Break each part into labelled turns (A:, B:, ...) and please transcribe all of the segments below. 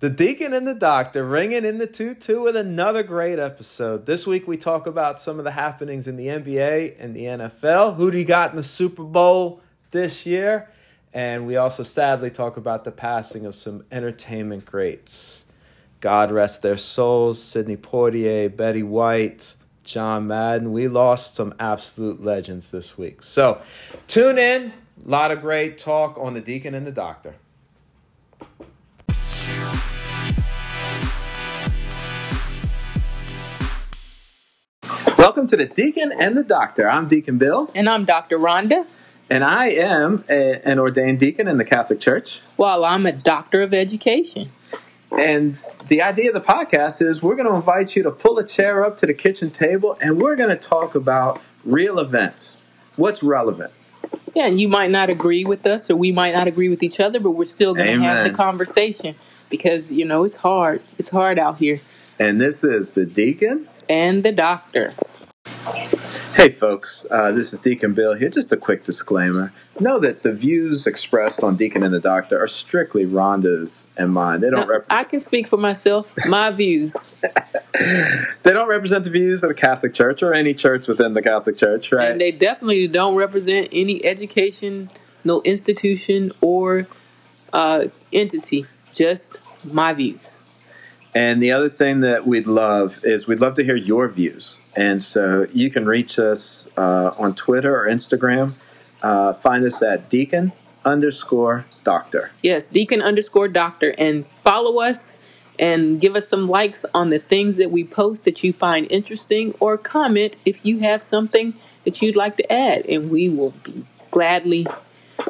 A: The Deacon and the Doctor ringing in the 2 2 with another great episode. This week we talk about some of the happenings in the NBA and the NFL. Who do you got in the Super Bowl this year? And we also sadly talk about the passing of some entertainment greats. God rest their souls. Sidney Poitier, Betty White, John Madden. We lost some absolute legends this week. So tune in. A lot of great talk on the Deacon and the Doctor. Welcome to the Deacon and the Doctor. I'm Deacon Bill,
B: And I'm Dr. Rhonda.
A: and I am a, an ordained deacon in the Catholic Church.
B: While I'm a doctor of education.
A: And the idea of the podcast is we're going to invite you to pull a chair up to the kitchen table and we're going to talk about real events. What's relevant?
B: Yeah, and you might not agree with us or we might not agree with each other, but we're still going to have
A: Amen.
B: the conversation because, you know, it's hard. It's hard out here.
A: And this is the Deacon
B: And the doctor.
A: Hey, folks, uh, this is Deacon Bill here. Just a quick disclaimer. Know that the views expressed on Deacon and the Doctor are strictly Rhonda's and mine. They don't,
B: Now, I
A: represent
B: can speak for myself, my views.
A: they don't represent the views of the Catholic Church or any church within the Catholic Church, right?
B: And they definitely don't represent any education, no institution or uh, entity, just my views.
A: And the other thing that we'd love is we'd love to hear your views. And so you can reach us uh, on Twitter or Instagram. Uh, find us at Deacon underscore Doctor.
B: Yes, deacon underscore doctor. And follow us and give us some likes on the things that we post that you find interesting or comment if you have something that you'd like to add. And we will be gladly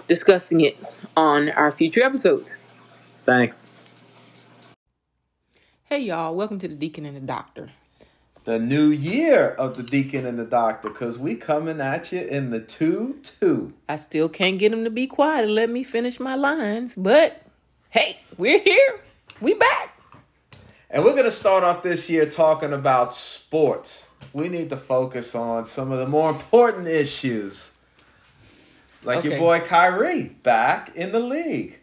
B: discussing it on our future episodes.
A: Thanks.
B: Hey, y'all, welcome to the Deacon and the Doctor.
A: The new year of the Deacon and the Doctor, because we coming at you in the 2 2.
B: I still can't get him to be quiet and let me finish my lines, but hey, we're here. We back.
A: And we're going to start off this year talking about sports. We need to focus on some of the more important issues. Like your
B: Okay.
A: boy Kyrie back in the league.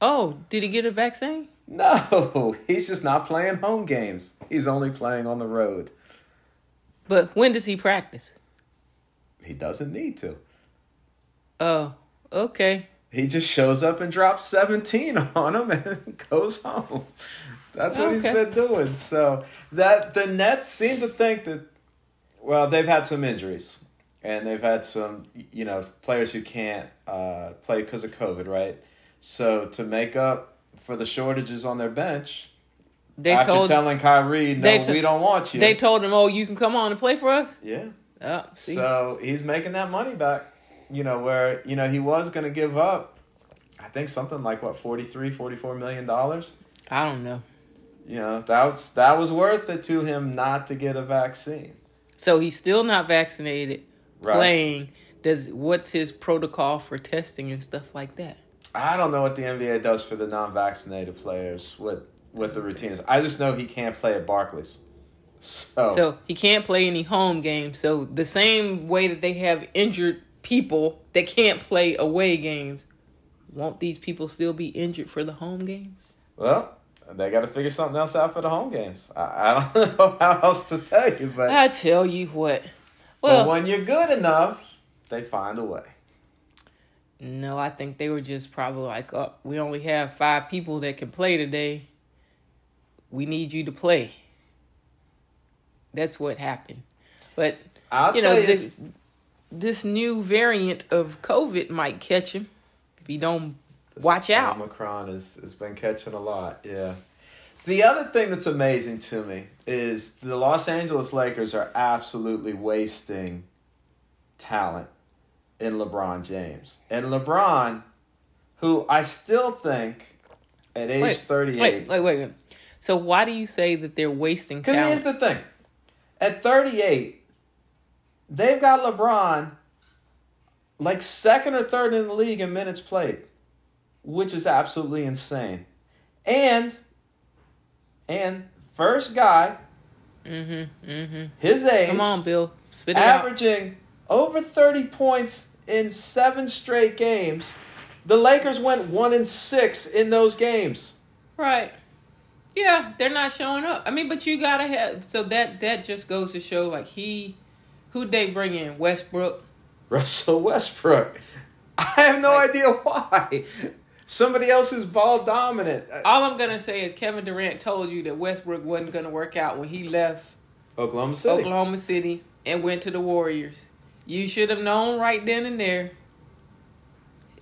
B: Oh, did he get a vaccine?
A: No, he's just not playing home games. He's only playing on the road.
B: But when does he practice?
A: He doesn't need to.
B: Oh, okay.
A: He just shows up and drops 17 on him and goes home. That's what he's
B: Okay.
A: been doing. So that the Nets seem to think that well, they've had some injuries and they've had some you know players who can't uh, play because of COVID, right? So to make up for the shortages on their bench,
B: They
A: after
B: told
A: telling Kyrie, no,
B: they t-
A: we don't want you.
B: they told him, "Oh, you can come on and play for us."
A: yeah.
B: Oh, see.
A: So he's making that money back, you know, where, you know, he was going to give up, I think something like what, 43, 44 million dollars.
B: I don't know.
A: You know, that was, that was worth it to him not to get a vaccine.
B: So he's still not vaccinated.
A: Right.
B: Playing. Does what's his protocol for testing and stuff like that?
A: I don't know what the NBA does for the non-vaccinated players, what, what the routine is. I just know he can't play at Barclays. So,
B: So he can't play any home games. So the same way that they have injured people that can't play away games, won't these people still be injured for the home games?
A: well, they got to figure something else out for the home games. I, I don't know how else to tell you, but,
B: I tell you what.
A: but
B: Uh, Well,
A: when you're good enough, they find a way.
B: no, I think they were just probably like, "Oh, we only have five people that can play today. We need you to play." That's what happened. But
A: I'll
B: you
A: tell
B: know
A: you
B: this this new variant of COVID might catch him if you don't watch out.
A: Omicron has, has been catching a lot, yeah. So the other thing that's amazing to me is the Los Angeles Lakers are absolutely wasting talent in LeBron James. And LeBron, who I still think at age
B: Wait,
A: 38.
B: Wait, wait, wait, wait. So why do you say that they're wasting
A: Because here's
B: talent?
A: the thing at 38, they've got LeBron like second or third in the league in minutes played, which is absolutely insane. And, and first guy
B: mm-hmm, mm-hmm.
A: his age,
B: Come on, Bill. Spit it out.
A: averaging over 30 points in seven straight games. The Lakers went one and six in those games.
B: Right. Yeah, they're not showing up. I mean, but you gotta have so that that just goes to show like he who they bring in Westbrook.
A: Russell Westbrook. I have no
B: Like-
A: idea why. Somebody else who's ball dominant. Uh,
B: All I'm gonna say is Kevin Durant told you that Westbrook wasn't gonna work out when he left
A: Oklahoma City.
B: Oklahoma City and went to the Warriors. You should have known right then and there.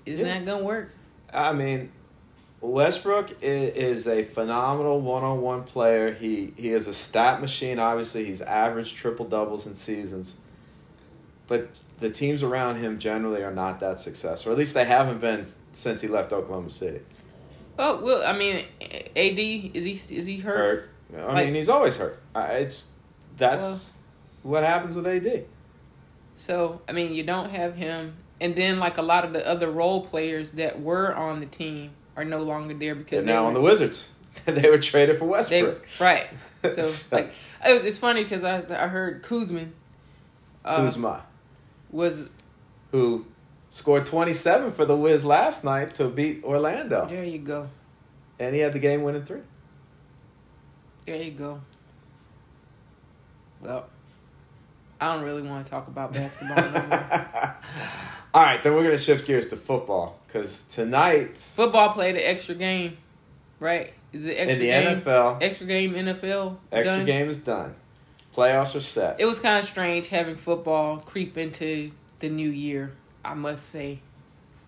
B: It's
A: Yeah.
B: not gonna work.
A: I mean, Westbrook i- is, is a phenomenal one on one player. He he is a stat machine. Obviously, he's averaged triple doubles in seasons. But the teams around him generally are not that successful. Or at least they haven't been s- since he left Oklahoma City.
B: Oh well, I mean, AD is he is he hurt?
A: Hurt. I
B: Like-
A: mean, he's always hurt. I- It's that's what happens with AD.
B: So I mean, you don't have him, and then like a lot of the other role players that were on the team are no longer
A: They're
B: there because they
A: now
B: were,
A: on the Wizards. they were traded for
B: they
A: Westbrook.
B: right. So,
A: So-
B: like, it was, it's funny because I I heard Kuzman uh,
A: Kuzma,
B: was
A: who scored twenty seven for the Wiz last night to beat Orlando.
B: there. You go,
A: And he had the game winning three.
B: there you go. Well, I don't really want to talk about basketball no more.
A: All right, then we're going to shift gears to football because tonight
B: Football played an extra game, right? Is it extra
A: in the
B: game?
A: NFL,
B: Extra game NFL.
A: extra
B: done?
A: game is done. Playoffs are set.
B: It was kind of strange having football creep into the new year, I must say.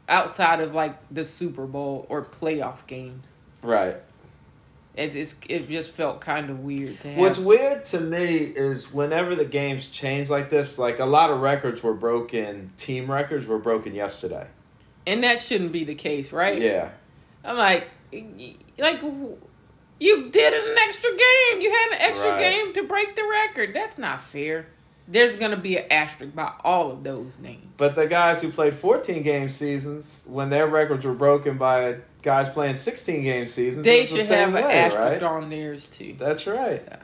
B: Outside of like the Super Bowl or playoff games,
A: right.
B: it, it's, it just felt kind of weird to have.
A: What's weird to me is whenever the games change like this, like a lot of records were broken, team records were broken yesterday.
B: and that shouldn't be the case, right?
A: Yeah.
B: I'm like, y- like you did an extra game. You had an extra
A: Right.
B: game to break the record. That's not fair. There's gonna be an asterisk by all of those names.
A: But the guys who played 14 game seasons, when their records were broken by guys playing 16 game seasons, it
B: They
A: was the
B: should
A: same way,
B: have an asterisk
A: right?
B: on theirs too.
A: That's right.
B: Yeah.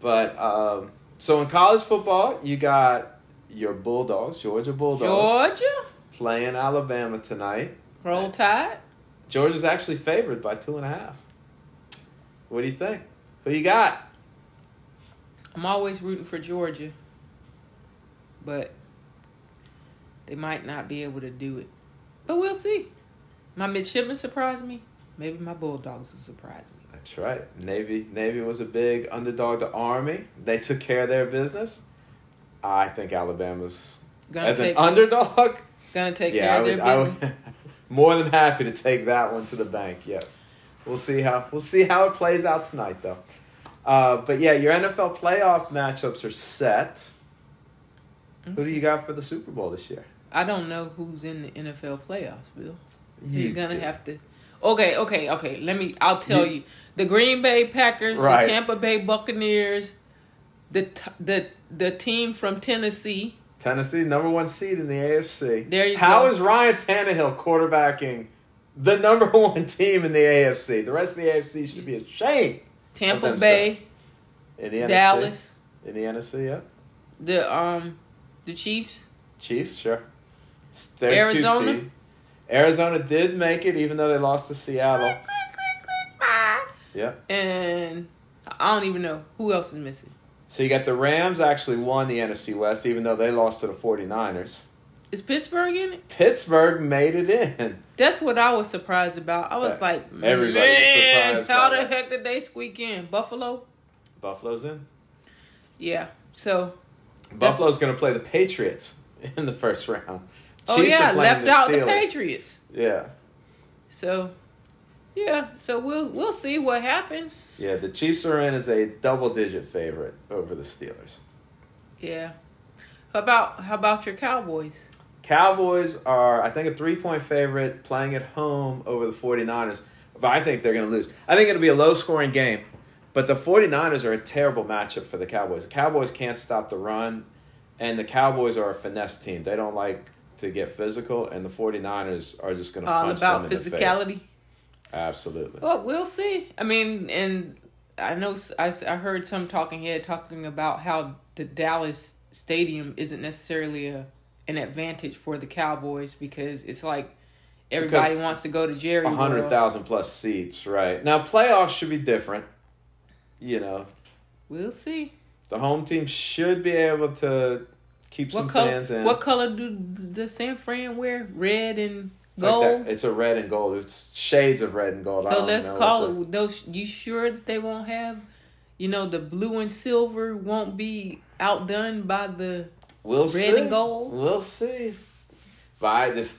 A: But um, so in college football, you got your Bulldogs, Georgia Bulldogs,
B: Georgia,
A: playing Alabama tonight.
B: roll tide.
A: Georgia's actually favored by two and a half. What do you think? Who you got?
B: I'm always rooting for Georgia, but they might not be able to do it. But we'll see. My midshipmen surprised me. Maybe my Bulldogs will surprise me.
A: That's right. Navy. Navy was a big underdog to Army. They took care of their business. I think Alabama's
B: Gonna
A: as
B: take
A: an underdog.
B: gonna take
A: yeah,
B: care
A: I
B: of
A: would,
B: their
A: I
B: business.
A: would more than happy to take that one to the bank. Yes, we'll see how we'll see how it plays out tonight, though. Uh, but yeah, your NFL playoff matchups are set. Who do you got for the Super Bowl this year?
B: I don't know who's in the NFL playoffs, Bill. So
A: You
B: You're gonna
A: do.
B: have to. Okay, okay, okay. Let me. I'll tell
A: You-
B: you. The Green Bay Packers,
A: Right.
B: the Tampa Bay Buccaneers, the t- the the team from Tennessee.
A: Tennessee, number one seed in the AFC.
B: There you
A: How
B: go.
A: is Ryan Tannehill quarterbacking the number one team in the AFC? The rest of the AFC should be ashamed.
B: Tampa
A: themselves.
B: Bay,
A: In the NFC,
B: Dallas,
A: In the NFC, yeah.
B: the um, the Chiefs.
A: Chiefs, sure. They're two
B: Arizona?
A: seed. Arizona did make it, even though they lost to Seattle. Yeah.
B: And I don't even know who else is missing.
A: So you got the Rams actually won the NFC West, even though they lost to the 49ers.
B: Is Pittsburgh in it?
A: Pittsburgh made it in.
B: That's what I was surprised about. I was
A: Yeah.
B: like,
A: Everybody was
B: man,
A: surprised
B: how
A: by
B: the
A: that.
B: heck did they squeak in? Buffalo?
A: Buffalo's in.
B: Yeah. So
A: Buffalo's going to play the Patriots in the first round.
B: Oh
A: Chiefs
B: yeah,
A: are playing
B: left out the
A: Steelers.
B: Patriots.
A: Yeah,
B: So yeah, so we'll we'll see what happens.
A: yeah. The Chiefs are in as a double-digit favorite over the Steelers.
B: Yeah. How about how about your Cowboys?
A: Cowboys are, I think, a three point favorite playing at home over the 49ers, but I think they're going to lose. I think it'll be a low scoring game, but the 49ers are a terrible matchup for the Cowboys. The Cowboys can't stop the run, and the Cowboys are a finesse team. They don't like to get physical, and the 49ers are just going to
B: All
A: punch
B: about
A: them in the face.
B: physicality. Oh,
A: Absolutely.
B: Well, we'll see. I mean, and I know s- I, s- I heard some talking head talking about how the Dallas stadium isn't necessarily a an advantage for the Cowboys because it's like everybody
A: Because
B: wants to go to Jerry.
A: A
B: World.
A: 100,000 plus seats, right. Now, playoffs should be different. you know,
B: We'll see.
A: the home team should be able to keep some
B: What color?
A: fans in.
B: What color do does San Fran wear? Red and
A: it's like
B: gold.
A: that- it's a red and gold. It's shades of red and gold. I
B: So
A: don't
B: let's
A: know
B: call
A: what the-
B: it those. You sure that they won't have, you know, the blue and silver won't be outdone by the.
A: We'll see.
B: Red and gold.
A: We'll see. But I just,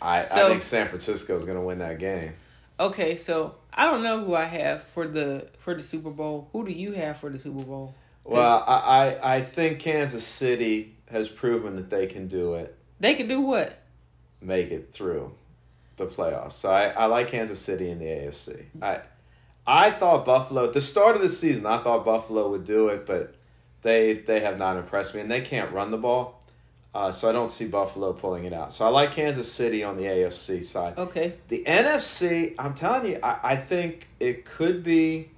A: I, I
B: So-
A: think San Francisco is going to win that game.
B: Okay, so I don't know who I have for the for the Super Bowl. Who do you have for the Super Bowl?
A: Well, I, I, I think Kansas City has proven that they can do it,
B: They can do what?
A: make it through the playoffs. So I, I like Kansas City in the AFC. I, I thought Buffalo at the start of the season. I thought Buffalo would do it, but they they have not impressed me, and they can't run the ball. Uh, so I don't see Buffalo pulling it out. So I like Kansas City on the AFC side.
B: Okay,
A: The NFC, I'm telling you, I, I think it could be.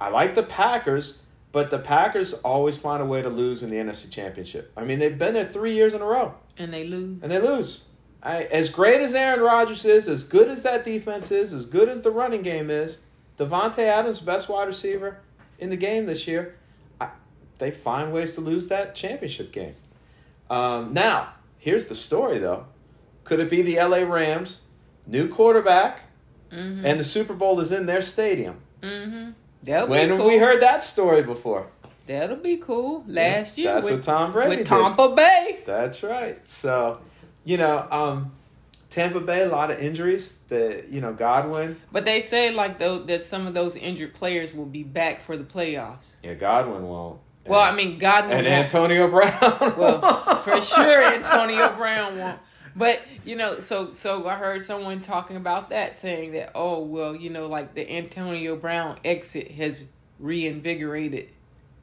A: I like the Packers, but the Packers always find a way to lose in the NFC Championship. I mean, they've been there three years in a row,
B: and they lose.
A: and they lose. I, as great as Aaron Rodgers is, as good as that defense is, as good as the running game is, Devontae Adams, best wide receiver in the game this year, I, they find ways to lose that championship game. Um, now, here's the story, though. Could it be the LA Rams, new quarterback,
B: Mm-hmm.
A: and the Super Bowl is in their stadium.
B: mm-hmm. That'll
A: When
B: be
A: have
B: cool.
A: we heard that story before?
B: That'll be cool. Last year
A: That's what
B: with,
A: Tom Brady
B: with
A: did.
B: Tampa Bay.
A: That's right. So, you know, um, Tampa Bay, a lot of injuries. The you know Godwin,
B: But they say like though that some of those injured players will be back for the playoffs.
A: yeah, Godwin won't.
B: Well, I mean, God
A: and
B: won't-
A: Antonio Brown.
B: Well, for sure Antonio Brown won't. But you know, so so I heard someone talking about that, saying that oh well, you know, like the Antonio Brown exit has reinvigorated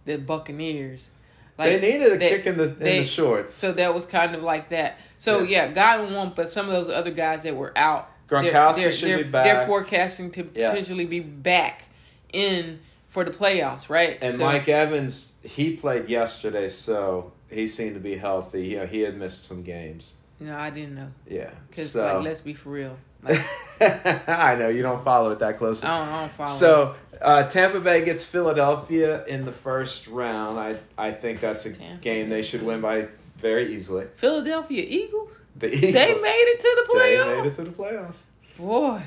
B: the Buccaneers.
A: they needed a
B: that-
A: kick in the in
B: they-
A: the shorts.
B: So that was kind of like that. So yeah, God won't, but some of those other guys that were out,
A: Gronkowski should be back.
B: They're forecasting to
A: Yeah.
B: potentially be back in for the playoffs, right?
A: and
B: So-
A: Mike Evans, he played yesterday, so he seemed to be healthy. You know, he had missed some games.
B: No, I didn't know
A: Yeah,
B: because
A: so
B: like, let's be for real. Like,
A: I know you don't follow it that closely.
B: I don't, I don't follow.
A: So uh, Tampa Bay gets Philadelphia in the first round. I I think that's a
B: Tampa
A: game they should win by very easily.
B: Philadelphia Eagles.
A: The Eagles.
B: They made it to the
A: They
B: playoffs.
A: made it to the playoffs.
B: Boy,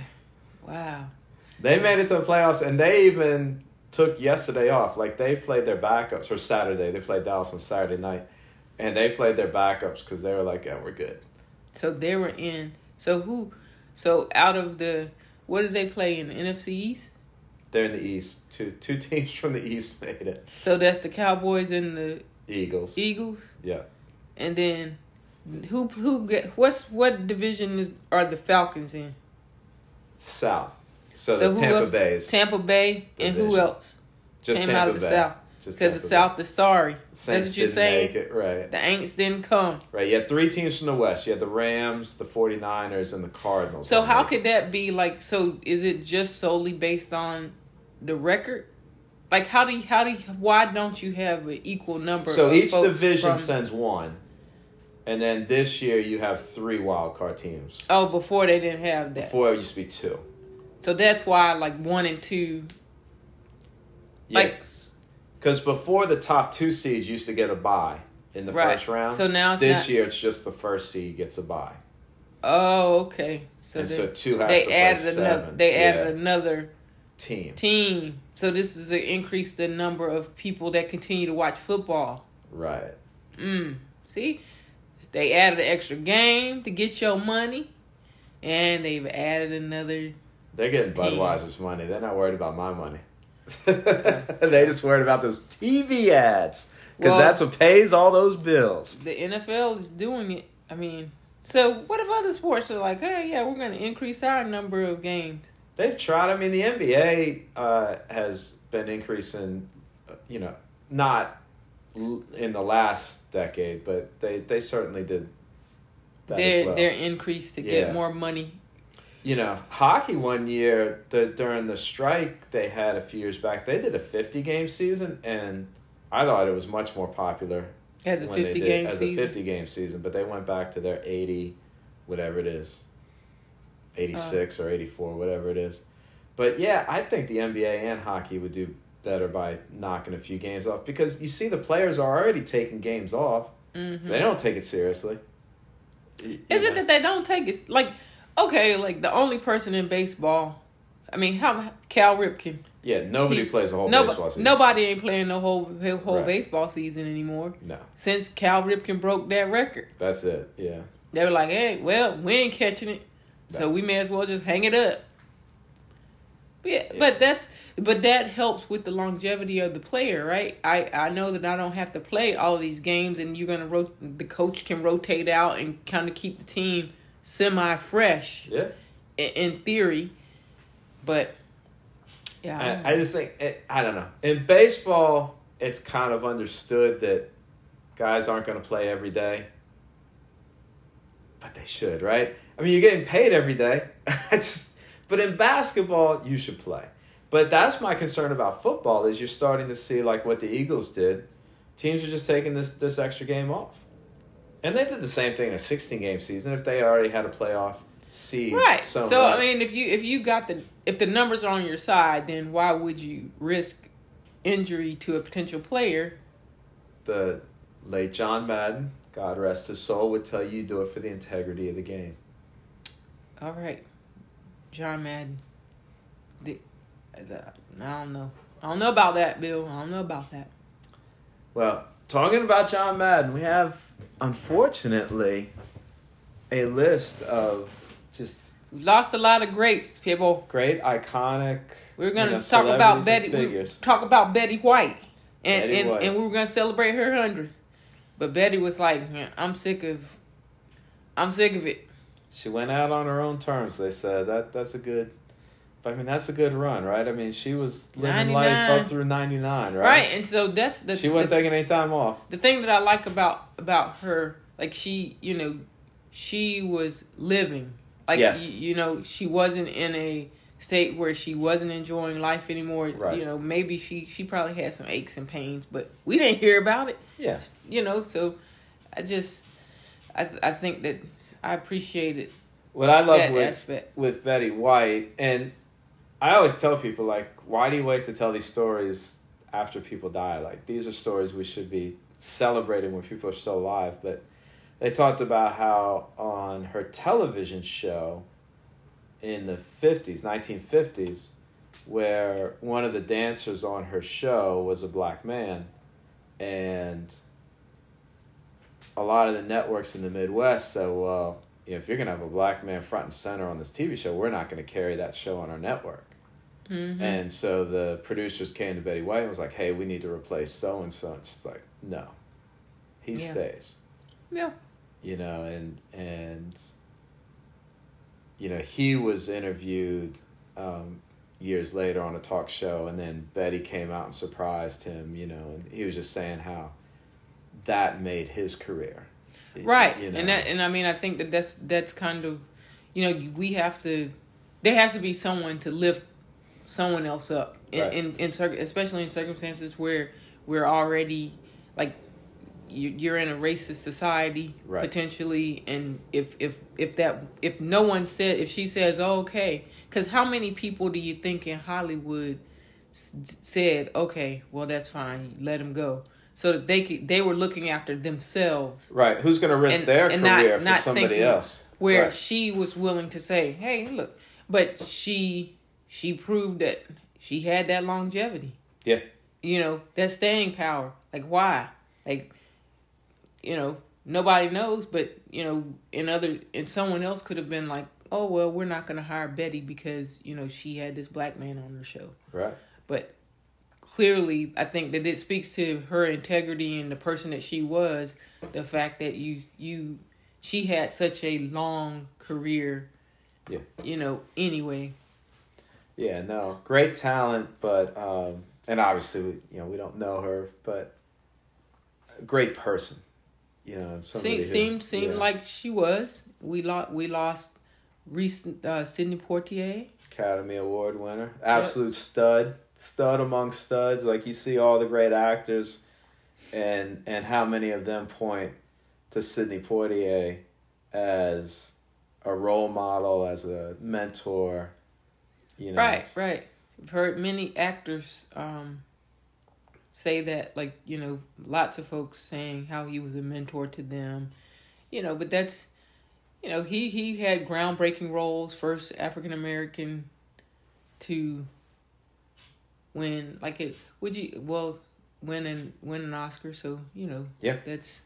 B: wow.
A: They made it to the playoffs, and they even took yesterday off. Like they played their backups or Saturday. They played Dallas on Saturday night, and they played their backups because they were like, "Yeah, we're good."
B: So they were in. So who? So out of the what did they play in the NFC East?
A: They're in the East. Two two teams from the East made it.
B: So that's the Cowboys and the
A: Eagles.
B: Eagles,
A: yeah.
B: and then who who get what's what division is, are the Falcons in?
A: South. So,
B: So
A: the
B: who
A: Tampa
B: else-
A: Bay's.
B: Tampa Bay and who
A: Division.
B: else
A: just
B: came
A: Tampa
B: out of the
A: Bay.
B: South?
A: Just
B: Because the
A: Tampa Bay.
B: South is sorry.
A: Saints
B: that's what you're
A: didn't
B: saying.
A: make it, right.
B: The Aints didn't come.
A: Right. You had three teams from the West. You had the Rams, the 49ers, and the Cardinals.
B: So
A: that
B: how
A: made it.
B: could that be like? So is it just solely based on the record? Like how do you, how do you, why don't you have an equal number?
A: So
B: of
A: each
B: folks
A: division
B: from-
A: sends one. And then this year you have three wild card teams.
B: oh, before they didn't have that.
A: Before it used to be two.
B: so that's why like one and two. Like
A: Because before the top two seeds used to get a bye in the
B: Right.
A: first round.
B: So now it's
A: this
B: not-
A: year it's just the first seed gets a bye.
B: oh okay. So
A: and
B: they,
A: so two has to
B: they
A: play
B: added another.
A: seven.
B: They
A: Yeah,
B: added another
A: team.
B: team. So this is to increase the number of people that continue to watch football.
A: Right.
B: Mm. See, they added an extra game to get your money, and they've added another.
A: They're getting
B: Team.
A: Budweiser's money. They're not worried about my money. they just worried about those TV ads because
B: Well-
A: that's what pays all those bills.
B: The NFL is doing it. I mean, so what if other sports are like, hey, yeah, we're going to increase our number of games?
A: They've tried. I mean, the NBA uh, has been increasing. uh, You know, not l- in the last decade, but they they certainly did. That
B: They're
A: as well.
B: they're increased to
A: Yeah.
B: get more money.
A: you know, hockey one year the, during the strike they had a few years back, they did a 50 game season, and I thought it was much more popular
B: As a
A: when they
B: 50
A: did-
B: game
A: as
B: season.
A: a 50 game season, but they went back to their 80, whatever it is,
B: Uh.
A: 86 or 84, whatever it is. But yeah, I think the NBA and hockey would do better by knocking a few games off because you see the players are already taking games off. So they don't take it seriously. Y- you
B: Mm-hmm. Is it
A: know.
B: that they don't take it like okay, like the only person in baseball? I mean, how Cal Ripken?
A: Yeah, nobody
B: He-
A: plays a whole
B: Nobo-
A: baseball season.
B: Nobody ain't playing the whole the whole
A: Right.
B: baseball season anymore
A: No,
B: since Cal Ripken broke that record.
A: that's it. Yeah.
B: They were like, "Hey, well, we ain't catching it, so
A: Right.
B: we may as well just hang it up." But yeah, but that's but that helps with the longevity of the player, right? I I know that I don't have to play all these games, and you're gonna ro- the coach can rotate out and kind of keep the team semi fresh
A: Yeah.
B: in, in theory, but yeah, I don't know.
A: I, I just think it, I don't know. In baseball, it's kind of understood that guys aren't going to play every day, but they should, right? I mean, you're getting paid every day. It's- but in basketball, you should play. But that's my concern about football is you're starting to see like what the Eagles did. Teams are just taking this this extra game off, and they did the same thing in a 16 game season if they already had a playoff seed.
B: right. So,
A: somewhere.
B: I mean, if you if you got the if the numbers are on your side, then why would you risk injury to a potential player?
A: the late John Madden, God rest his soul, would tell you do it for the integrity of the game.
B: All right, John Madden. The, the, I don't know. I don't know about that, Bill. I don't know about that.
A: Well, talking about John Madden, we have unfortunately a list of just
B: We lost a lot of greats, people.
A: great iconic.
B: We were
A: you
B: gonna
A: know,
B: talk about
A: celebrities and
B: Betty. We,
A: figures.
B: talk about Betty White, and
A: Betty
B: and,
A: White.
B: and we were gonna celebrate her hundredth, but Betty was like, "Nah, "I'm sick of, I'm sick of it."
A: She went out on her own terms. They said that that's a good. I mean, that's a good run, right? I mean, she was living life
B: 99.
A: up through ninety nine,
B: Right.
A: right?
B: and so that's the
A: She wasn't
B: the,
A: taking any time off.
B: the thing that I like about about her, like she, you know, she was living. Like
A: Yes.
B: y- you, know, she wasn't in a state where she wasn't enjoying life anymore.
A: Right.
B: You know, maybe she she probably had some aches and pains, but we didn't hear about it.
A: Yes.
B: You know, so I just I I think that I appreciated
A: What I love
B: that
A: was
B: aspect.
A: with Betty White, and I always tell people like, why do you wait to tell these stories after people die? Like these are stories we should be celebrating when people are still alive. But they talked about how on her television show in the fifties, nineteen fifties, where one of the dancers on her show was a black man, and a lot of the networks in the Midwest said, well, you know, if you're going to have a black man front and center on this TV show, we're not going to carry that show on our network.
B: Mhm.
A: And so the producers came to Betty White and was like, hey, we need to replace so and so. And she's like, no, he
B: Yeah.
A: stays
B: Yeah.
A: you know and and you know he was interviewed um, years later on a talk show and then betty came out and surprised him you know and he was just saying how that made his career Y-
B: right
A: you know.
B: and that and i mean i think that that's that's kind of you know we have to there has to be someone to lift someone else up in
A: Right.
B: in, in cir- especially in circumstances where we're already like you- you're in a racist society
A: Right.
B: potentially and if if if that if no one said if she says oh, okay because how many people do you think in hollywood s- said okay well that's fine let him go so that they could they were looking after themselves
A: right who's going to risk
B: And-
A: their
B: and not-
A: career for
B: not
A: somebody
B: thinking
A: else
B: where
A: Right.
B: she was willing to say, "Hey, look," but she she proved that she had that longevity.
A: yeah
B: You know, that staying power. Like why? Like you know, nobody knows, but you know, in other and someone else could have been like, "Oh, well, we're not going to hire Betty because, you know, she had this black man on her show."
A: right
B: but clearly i think that it speaks to her integrity and the person that she was the fact that you you she had such a long career
A: Yeah.
B: you know anyway
A: yeah no great talent but um and obviously you know we don't know her but a great person you know and somebody
B: Se-
A: who-
B: seemed seemed
A: yeah.
B: like she was we lost we lost recent uh sydney portier
A: Academy Award winner, absolute stud, stud among studs. Like you see all the great actors, and and how many of them point to Sidney Poitier as a role model, as a mentor. You know,
B: right right i've heard many actors um say that, like, you know, lots of folks saying how he was a mentor to them, you know, but that's, you know, he, he had groundbreaking roles, first African American to win, like, it, would you, well, win and win an Oscar, so, you know,
A: Yeah.
B: that's,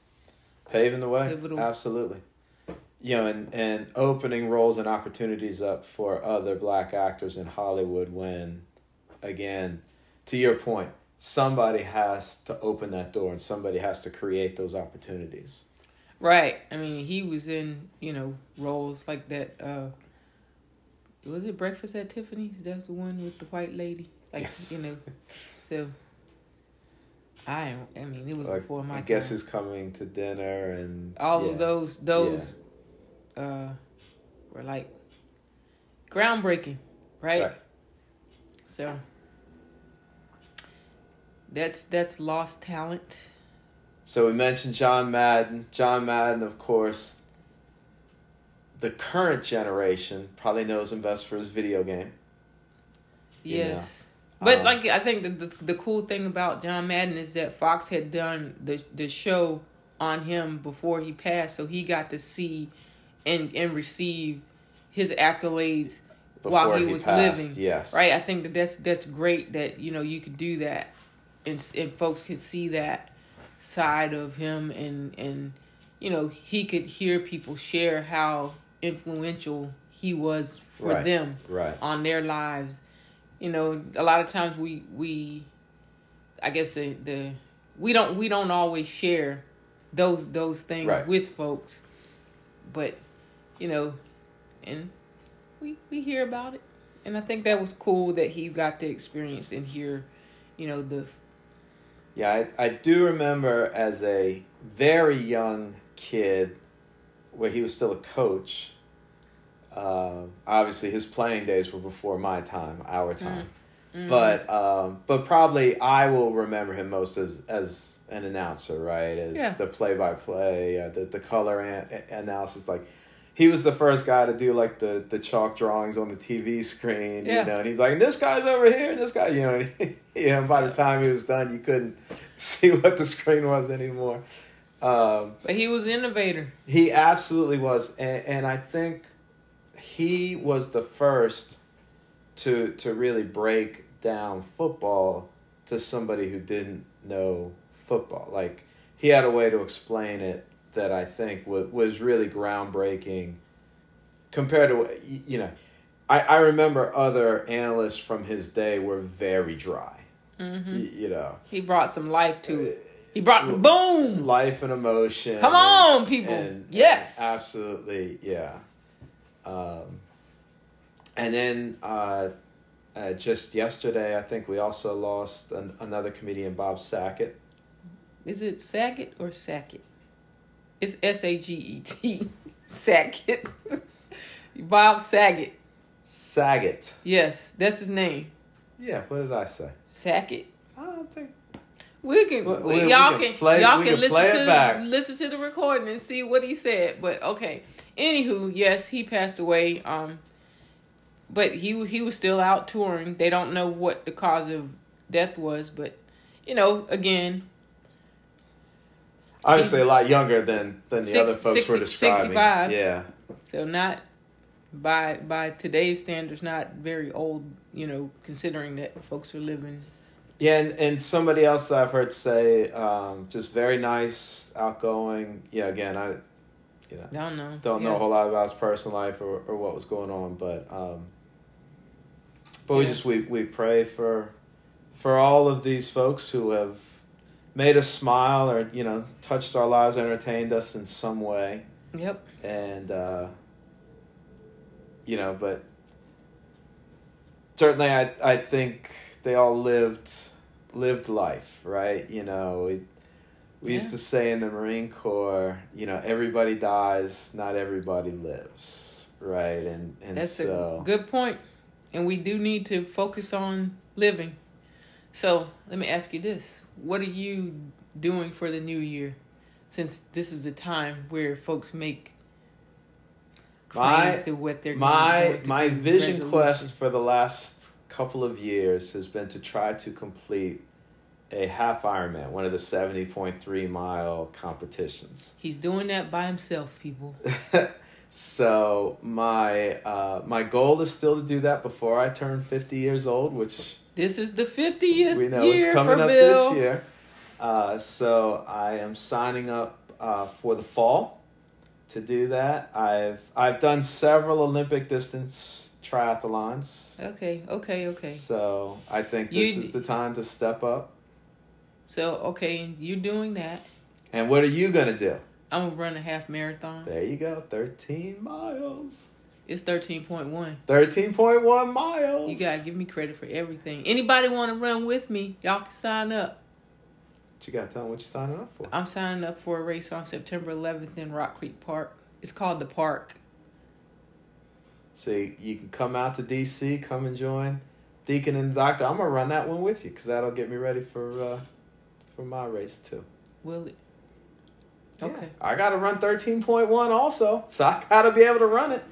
A: paving the way.
B: Pivotal.
A: Absolutely. You know, and, and opening roles and opportunities up for other black actors in Hollywood when, again, to your point, somebody has to open that door and somebody has to create those opportunities.
B: right. I mean, he was in, you know, roles like that, uh, was it Breakfast at Tiffany's? That's the one with the white lady. Like,
A: Yes.
B: you know, so I am, I mean, it was
A: Like,
B: before my
A: I guess
B: time.
A: who's coming to dinner and
B: all
A: yeah.
B: of those those uh were like groundbreaking right?
A: Right.
B: so that's that's lost talent
A: So we mentioned John Madden. John Madden, of course, the current generation probably knows him best for his video game. Yeah.
B: yes but
A: Um,
B: like i think the, the the cool thing about john madden is that fox had done the the show on him before he passed so he got to see and and receive his accolades while he, was living
A: Yes.
B: right? I think that that's that's great that you know you could do that, and s- and folks could see that side of him, and and you know he could hear people share how influential he was for
A: Right.
B: them
A: Right.
B: on their lives. You know, a lot of times we we, I guess the the we don't we don't always share those those things
A: Right.
B: with folks, but you know, and we we hear about it, and I think that was cool that he got to experience and hear, you know, the
A: Yeah, I, I do remember as a very young kid, where he was still a coach. Uh, obviously, his playing days were before my time, our time. But um, but probably I will remember him most as as an announcer, right? As
B: Yeah.
A: the play by play, the the color an- analysis. Like he was the first guy to do like the the chalk drawings on the TV screen,
B: Yeah.
A: you know. And he's like, "This guy's over here, and this guy," you know. And yeah, and by the time he was done, you couldn't see what the screen was anymore. Um,
B: but he was innovator.
A: he absolutely was, and, and I think he was the first to to really break down football to somebody who didn't know football. Like he had a way to explain it that I think was was really groundbreaking compared to what- y- you know. I, I remember other analysts from his day were very dry.
B: hmm
A: y- you know,
B: He brought some life to it. He brought boom.
A: life and emotion.
B: Come on, people. Yes.
A: absolutely, yeah. Um, and then uh, uh, just yesterday, I think we also lost an, another comedian, Bob Sackett.
B: Is it Sackett or Sackett? It's S A G E T. Sackett. Bob Saget.
A: Saget.
B: Yes, that's his name.
A: Yeah, what did I say?
B: Sackett.
A: I don't think.
B: We can
A: We- we-
B: y'all
A: we can
B: can,
A: play-
B: y'all
A: we
B: can,
A: can
B: listen
A: play it
B: to
A: back.
B: listen to the recording and see what he said. But okay. Anywho, yes, he passed away. Um but he he was still out touring. They don't know what the cause of death was, but you know, again,
A: Obviously, a lot younger than than the
B: Six-
A: other folks were
B: 60
A: describing.
B: 65.
A: Yeah,
B: So not by by today's standards, not very old, you know, considering that folks are living.
A: yeah, and, and somebody else that I've heard say, um, just very nice, outgoing. Yeah, again, I, you know,
B: I don't know.
A: don't know
B: Yeah.
A: a whole lot about his personal life or, or what was going on, but um, but we
B: Yeah.
A: just we we pray for for all of these folks who have made us smile or you know touched our lives, entertained us in some way,
B: Yep.
A: and uh, you know, but certainly I I think they all lived lived life right. You know, we we used
B: Yeah.
A: to say in the Marine Corps, you know, everybody dies, not everybody lives, right? And and
B: That's
A: so
B: a good point. And we do need to focus on living. So let me ask you this. What are you doing for the new year? Since this is a time where folks make
A: My-
B: claims to what they're going
A: my
B: to
A: my
B: do,
A: vision
B: resolutions.
A: quest for the last couple of years has been to try to complete a half Ironman, one of the 70.3 mile competitions.
B: He's doing that by himself, people.
A: So my uh, my goal is still to do that before I turn 50 years old, which
B: This is the 50th
A: we know
B: year
A: it's coming
B: for
A: up
B: Bill.
A: this year. Uh, so I am signing up uh, for the fall to do that. I've I've done several Olympic distance triathlons,
B: Okay, okay, okay.
A: so I think this
B: You-
A: is the time to step up.
B: So, okay, you're doing that.
A: And what are you gonna do?
B: I'm going to run a half marathon.
A: There you go, 13 miles,
B: It's 13.1.
A: 13.1 miles.
B: You got to give me credit for everything. Anybody want to run with me, y'all can sign up.
A: But you gotta tell them what you're signing up for.
B: I'm signing up for a race on September 11th in Rock Creek Park. It's called The Park.
A: So you, you can come out to DC, come and join Deacon and the Doctor. I'm gonna run that one with you because that'll get me ready for uh, for my race too.
B: Will it? Okay.
A: I gotta run 13.1 also, so I gotta be able to run it.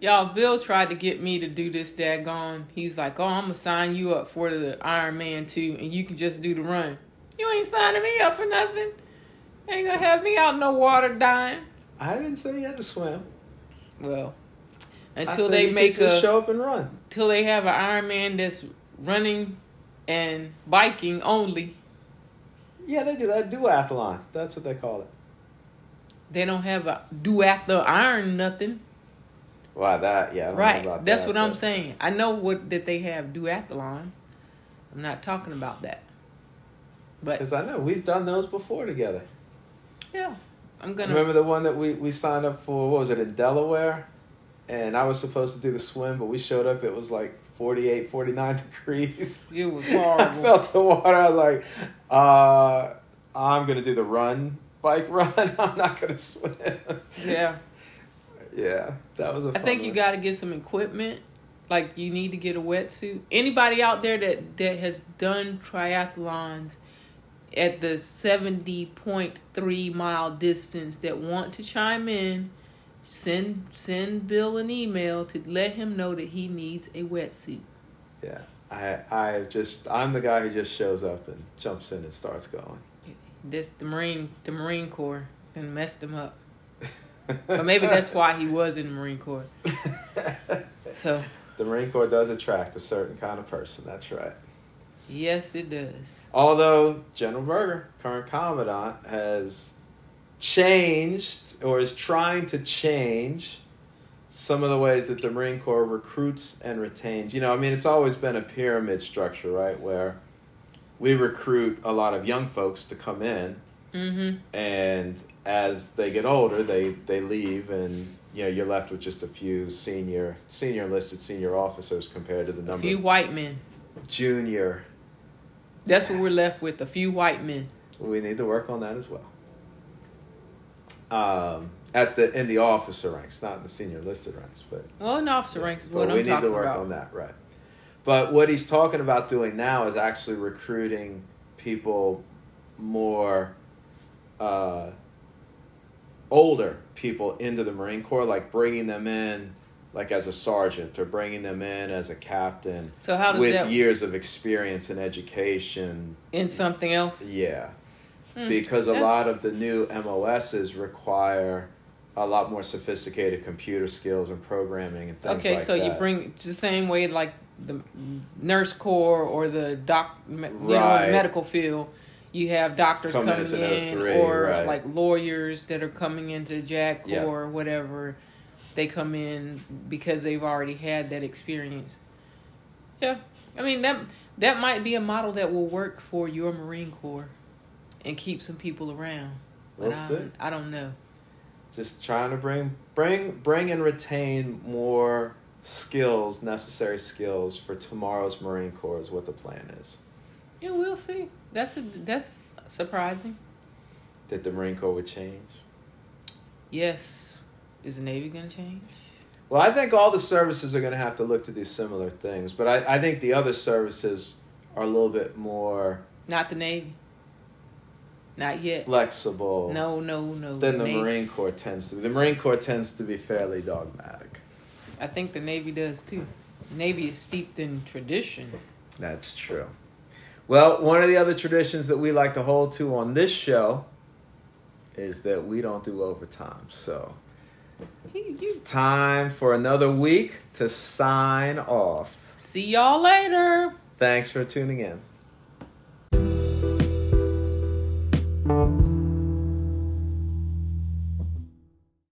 B: Y'all, Bill tried to get me to do this daggone. He's like, oh, I'm going to sign you up for the Iron Man 2, and you can just do the run. You ain't signing me up for nothing. Ain't going to have me out in the water dying.
A: I didn't say you had to swim.
B: Well,
A: I
B: until
A: said you
B: they
A: could
B: make
A: just
B: a,
A: show up and run.
B: till they have an Iron Man that's running and biking only,
A: Yeah, they do that duathlon. That's what they call it.
B: they don't have a do after iron nothing.
A: Wow, that yeah, I don't know
B: Right.
A: about
B: That's
A: that,
B: what I'm
A: but-
B: saying. I know what that they have duathlon. I'm not talking about that. But
A: Because I know we've done those before together.
B: yeah, I'm gonna.
A: Remember the one that we, we signed up for? What was it in Delaware? And I was supposed to do the swim, but we showed up. It was like 48, 49 degrees.
B: It was
A: I
B: horrible.
A: felt the water. I was like, uh, I'm gonna do the run, bike run. I'm not gonna swim.
B: yeah,
A: yeah, that was a.
B: I think you got to get some equipment. Like you need to get a wetsuit. Anybody out there that that has done triathlons at the seventy point three mile distance that want to chime in, send send Bill an email to let him know that he needs a wetsuit.
A: Yeah, I I just I'm the guy who just shows up and jumps in and starts going.
B: This the Marine the Marine Corps and messed him up. But maybe that's why he was in the Marine Corps. So
A: the Marine Corps does attract a certain kind of person. That's right.
B: yes, it does.
A: Although General Berger, current commandant, has changed or is trying to change some of the ways that the Marine Corps recruits and retains. You know, I mean, it's always been a pyramid structure, right? Where we recruit a lot of young folks to come in,
B: Mm-hmm.
A: and as they get older, they they leave, and you know, you're left with just a few senior senior enlisted senior officers compared to the
B: A
A: number
B: few
A: of
B: white men.
A: junior.
B: That's what we're left with a few white men.
A: We need to work on that as well. Um, at the in the officer ranks, not in the senior listed ranks, but
B: Well, an officer ranks is what
A: but
B: I'm
A: we need
B: talking
A: to work
B: about.
A: on that, right? But what he's talking about doing now is actually recruiting people more uh, older people into the Marine Corps, like bringing them in, like as a sergeant or bringing them in as a captain
B: So how does
A: with
B: that
A: years of experience and education.
B: in something else?
A: Yeah
B: Hmm.
A: because a
B: Yeah.
A: lot of the new MOSs require a lot more sophisticated computer skills and programming and things
B: Okay,
A: like
B: so you
A: that.
B: bring it's the same way like the nurse corps or the doc, me- you know,
A: Right.
B: medical field. You have doctors
A: Come in
B: coming
A: as
B: in,
A: an 03,
B: or
A: right.
B: like lawyers that are coming into Jack
A: Yeah.
B: or whatever. They come in because they've already had that experience. Yeah, I mean that that might be a model that will work for your Marine Corps and keep some people around. But
A: We'll
B: I,
A: see.
B: I don't know.
A: Just trying to bring bring bring and retain more skills, necessary skills for tomorrow's Marine Corps is what the plan is.
B: Yeah, we'll see. That's a, that's surprising.
A: That the Marine Corps would change.
B: Yes. Is the Navy going to change?
A: Well, I think all the services are going to have to look to do similar things, but I, I think the other services are a little bit more
B: Not the Navy. Not yet.
A: flexible.
B: No, no, no.
A: than the
B: Navy-
A: Marine Corps tends to be. The Marine Corps tends to be fairly dogmatic.
B: I think the Navy does too. Navy is steeped in tradition.
A: That's true. Well, one of the other traditions that we like to hold to on this show is that we don't do overtime. So
B: He,
A: it's
B: you,
A: time for another week to sign off.
B: see y'all later.
A: Thanks for tuning in.